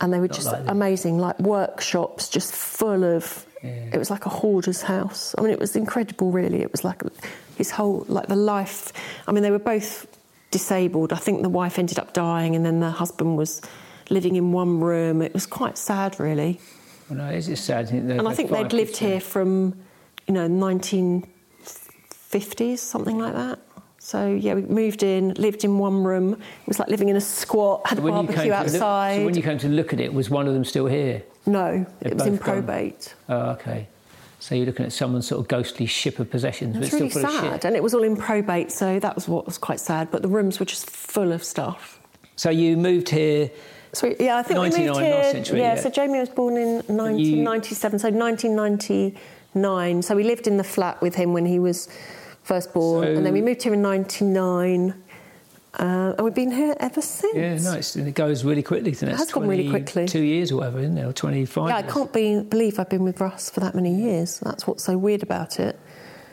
and they were just like this. amazing, like workshops, just full of. It was like a hoarder's house. I mean, it was incredible, really. It was like his whole, like the life. I mean, they were both disabled. I think the wife ended up dying, and then the husband was living in one room. It was quite sad, really. Well, no, it's just sad. isn't it? And I think they'd lived here from, you know, 1950s, something like that. So yeah, we moved in, lived in one room. It was like living in a squat. Had a When you came to barbecue look- outside. so when you came to look at it, was one of them still here? no, They're it was in both gone. probate. Oh, okay. So you're looking at someone's sort of ghostly ship of possessions, but It's it's really still full of sad, shit. and it was all in probate. So that was what was quite sad. But the rooms were just full of stuff. So you moved here. So we- yeah, I think we moved 99, last here. century, yeah, yeah. so Jamie was born in 1997, so 1999. So we lived in the flat with him when he was first born, So- and then we moved here in 99, uh, and we've been here ever since. Yeah, no, it's, and it goes really quickly. It has gone really quickly. Two years or whatever, isn't it? Or 25. Yeah, I years. can't be, believe I've been with Russ for that many years. That's what's so weird about it.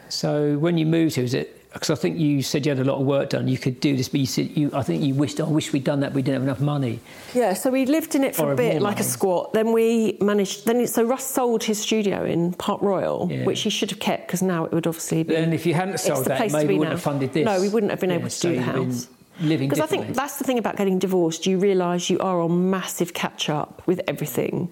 So when you moved here, was it? Because I think you said you had a lot of work done. You could do this, but you said you. I think you wished. I wish we'd done that. but We didn't have enough money. Yeah, so we lived in it Or for a a bit, more like a money. squat. Then we managed. Then it, so Russ sold his studio in Park Royal, Yeah. which he should have kept because now it would obviously be. Then if you hadn't it's sold the that, place to maybe be we wouldn't now. have funded this. No, we wouldn't have been Yeah, able to so do the you've been house. Living Because I think differently. that's the thing about getting divorced. You realise you are on massive catch up with everything.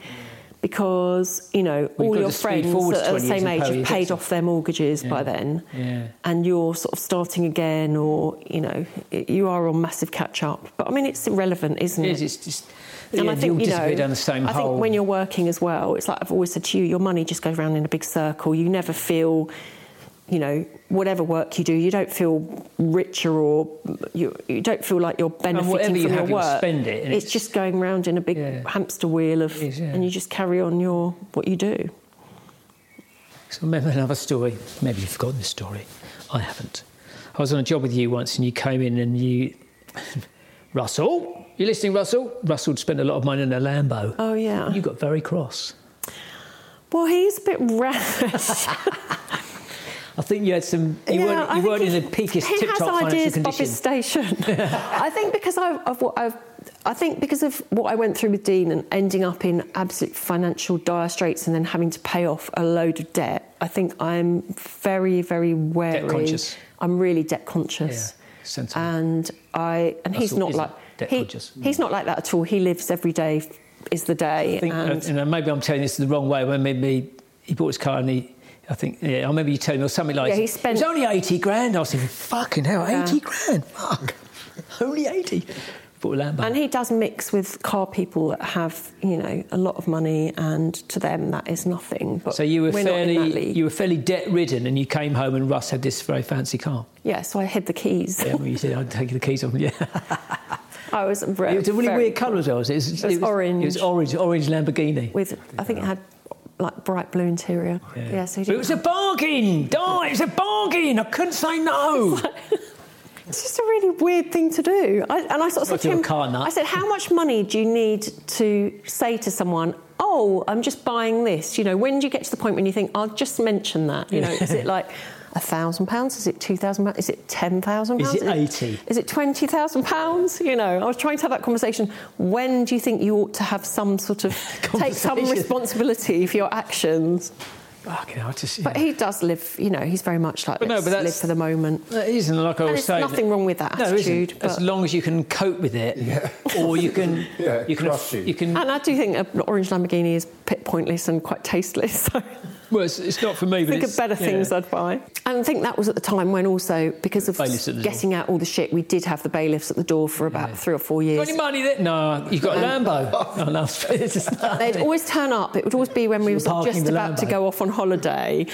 Because, you know, We've all got your to speed friends forward that are the 20 years same and age pay your have paid debts off their mortgages by then. Yeah. And you're sort of starting again, or, you know, it- you are on massive catch up. But I mean, it's irrelevant, isn't It it? is, it's just. And yeah, I they think all you know, disappear down the same I hole. think when you're working as well, it's like I've always said to you, your money just goes round in a big circle. You never feel, you know, whatever work you do, you don't feel richer or you, you don't feel like you're benefiting whatever from you have, your you'll work. spend it, and it's, it's- just going round in a big Yeah. hamster wheel of, It is, yeah. and you just carry on your what you do. So I remember another story. Maybe you've forgotten this story. I haven't. I was on a job with you once and you came in and you. [laughs] Russell, you listening, Russell? Russell'd spent a lot of money on a Lambo. Oh yeah. You got very cross. well, he's a bit [laughs] rash. I think you had some. You Yeah, weren't, I you think weren't in he- the peakest He tip has top financial ideas above condition. his station. [laughs] I think because I've, I've, what I've, I think because of what I went through with Dean and ending up in absolute financial dire straits and then having to pay off a load of debt. I think I'm very, very wary. conscious. I'm really debt conscious. Yeah, sensible. Um, And I and he's Russell not isn't like debt he, conscious. he's not like that at all. He lives every day is the day. I think, and you know, maybe I'm telling this the wrong way, but maybe he bought his car and he, I think, yeah, I remember you telling me or something like Yeah, he it was spent- only 80 grand. I was thinking, fucking hell, Yeah. 80 grand? Fuck. [laughs] only 80. Bought a Lambo. And he does mix with car people that have, you know, a lot of money, and to them that is nothing. But so you were we're not in that fairly league. you were fairly debt ridden, and you came home and Russ had this very fancy car. yeah. So I hid the keys. Yeah, well, you said I'd take the keys off. [laughs] Yeah, I was. Re- it was a really very- weird colour as well. was It It was, was It was orange. orange, orange Lamborghini. With I think it had like bright blue interior. Yeah. But so he it didn't was a bargain. Die! It was a bargain. I couldn't say no. It's just a really weird thing to do. I, and I sort of Not said to do a him, car nut. I said, how much money do you need to say to someone, oh, I'm just buying this? You know, when do you get to the point when you think, I'll just mention that? You know, is it like a thousand pounds? Is it two thousand pounds? Is it ten thousand Is pounds? it 80? Is it twenty thousand pounds? You know, I was trying to have that conversation. When do you think you ought to have some [laughs] sort of take some Conversation. responsibility for your actions? Fucking, I just. But he does live, you know, he's very much like But no, let's but that's- live for the moment. That isn't like I And was there's saying. nothing wrong with that No, attitude, isn't. As but- long as you can cope with it, or you can, [laughs] Yeah, you can, crush you. can. And I do think an orange Lamborghini is pit pointless and quite tasteless. So Well, it's, it's not for me. But think it's, of better things I'd buy. And I think that was at the time when also because of Bailiffs at the door. getting out all the shit, we did have the bailiffs at the door for about three or four Got years. any money there? No, you've got a [laughs] Lambo. oh, no, it's just, [laughs] They'd always turn up. It would always be when we were Just sort of parking just the about to Lambo. go off on holiday,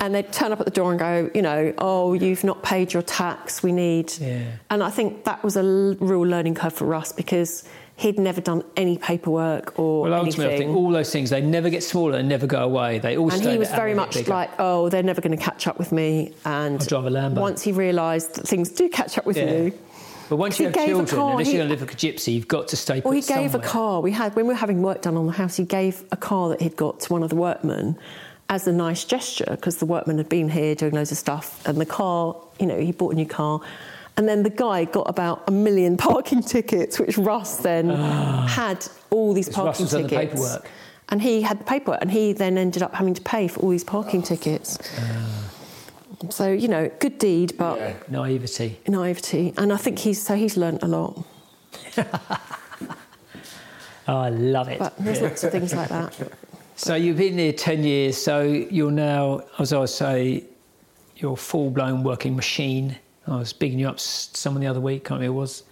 and they'd turn up at the door and go, you know, oh, you've not paid your tax. We need. Yeah. And I think that was a l- real learning curve for us because he'd never done any paperwork or Well, anything. ultimately, I think all those things they never get smaller and never go away. They all and stay he was there very and get much bigger. like, "Oh, they're never going to catch up with me." And I'll drive a Lambo. once he realised that things do catch up with Yeah. you, But once you he have gave a children, car, unless he- you're going to live like a gypsy, you've got to stay. well, he put gave a somewhere. car. We had when we were having work done on the house, he gave a car that he'd got to one of the workmen as a nice gesture because the workman had been here doing loads of stuff, and the car, you know, he bought a new car. And then the guy got about a million [laughs] parking tickets, which Russ [sighs] then had all these Russ parking was on the tickets. paperwork. And he had the paperwork, and he then ended up having to pay for all these parking Oh, tickets. So you know, good deed, but Naivety. naivety. And I think he's so he's learnt a lot. Oh, I love it. But there's lots of things like that. [laughs] So you've been here ten years. So you're now, as I say, you're a full-blown working machine. I was bigging you up s- someone the other week. Can't remember who it was.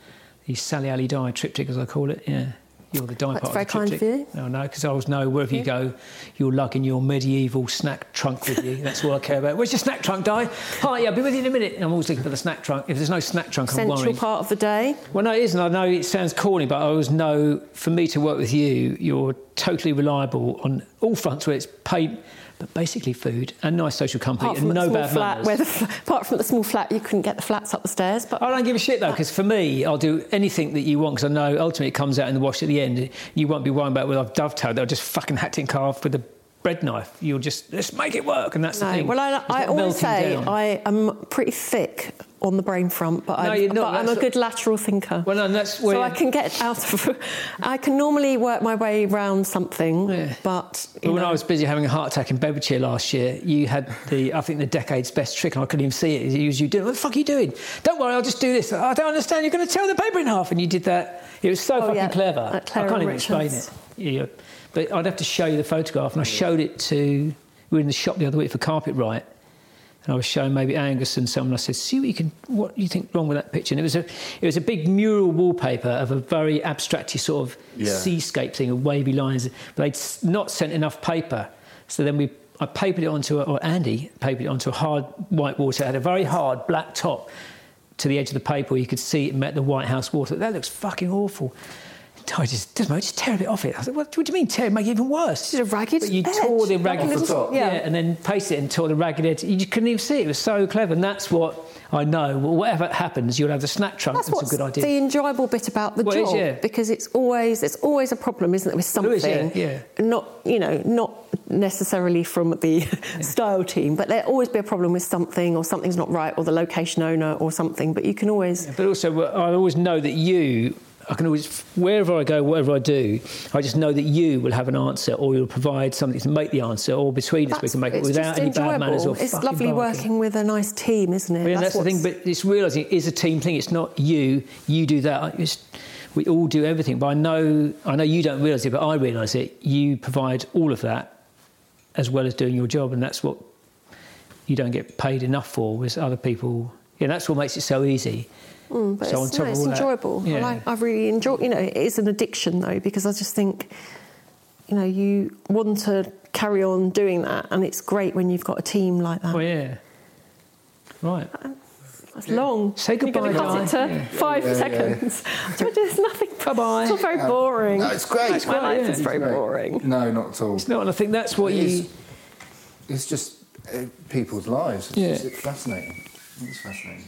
The Sally Alley Dye triptych, as I call it. Yeah, you're the dye That's part very of the kind of triptych. No, no, because I always know wherever you go, you're lugging your medieval snack trunk with you. That's all I care about. Where's your snack trunk, Di? Hi, yeah, I'll be with you in a minute. I'm always looking for the snack trunk. If there's no snack trunk, I'm Central worried. part of the day. Well, no, it isn't. I know it sounds corny, but I always know for me to work with you, you're totally reliable on all fronts, where it's paid, but basically food and nice social company Apart from and the no small bad flat, manners. where the, f- apart from the small flat, you couldn't get the flats up the stairs. But I don't give a shit though, because for me, I'll do anything that you want, because I know ultimately it comes out in the wash at the end. You won't be worrying about whether I've dovetailed. They'll just fucking hacked it in half with a bread knife. You'll just let's make it work, and that's the no. thing. Well, I, It's I not always melting say down. I am pretty thick on the brain front, but, I'm, you're not. but I'm a That's- good lateral thinker. Well, no, and that's where- so I can get out of. [laughs] I can normally work my way round something, Yeah. but, you But when know, I was busy having a heart attack in Bedfordshire last year, you had the, I think, the decade's best trick, and I couldn't even see it. It was you doing, what the fuck are you doing? Don't worry, I'll just do this. I don't understand, you're going to tear the paper in half. And you did that. It was so fucking Oh, yeah, clever. I at Clara can't even Richards. explain it. Yeah. But I'd have to show you the photograph, and I showed it to, we were in the shop the other week for Carpet Right, and I was showing maybe Angus and someone. I said, "See what you can. What you think wrong with that picture?" And it was a, it was a big mural wallpaper of a very abstracty sort of Yeah. seascape thing of wavy lines. But they'd s- not sent enough paper, so then we. I papered it onto, a, or Andy papered it onto a hard white water. It had a very hard black top to the edge of the paper. where You could see it met the White House water. That looks fucking awful. I just, just, just tear a bit off it. I said, what, what do you mean tear? it? Make it even worse. It's a ragged But you edge, tore the like a ragged little- Off the top. yeah. yeah. and then pasted it and tore the ragged edge. You couldn't even see it. It was so clever, and that's what I know. Whatever happens, you'll have the snack trunk That's and some what's good ideas. the enjoyable bit about the Well, it is, job, yeah. because it's always it's always a problem, isn't it, with There something? is, yeah, yeah. Not you know not necessarily from [laughs] the style team, but there will always be a problem with something, or something's not right, or the location owner, or something. But you can always But also, I always know that you. I can always, wherever I go, whatever I do, I just know that you will have an answer, or you'll provide something to make the answer, or between us we that's- can make it it's without just any enjoyable. bad manners or It's fucking lovely barking. working with a nice team, isn't it? Yeah, that's, the thing. what's- But it's realising it is a team thing. It's not you. You do that. It's, we all do everything. But I know, I know you don't realise it, but I realise it. You provide all of that as well as doing your job, and that's what you don't get paid enough for. Whereas other people, yeah, that's what makes it so easy. Mm, but So on it's, top no, of it's all that- enjoyable. I, yeah. like, I really enjoy. You know, it is an addiction though because I just think, you know, you want to carry on doing that, and it's great when you've got a team like that. Oh yeah, right. That's long. Say You're goodbye, going to cut it darling. to Yeah. five Yeah, yeah, seconds. [laughs] There's nothing. Bye-bye. It's all very boring. No, it's great. My life yeah. is very boring. No, not at all. It's, No, and I think that's what It you. is. just uh, people's lives. It's Yeah. just- it's fascinating. It's fascinating.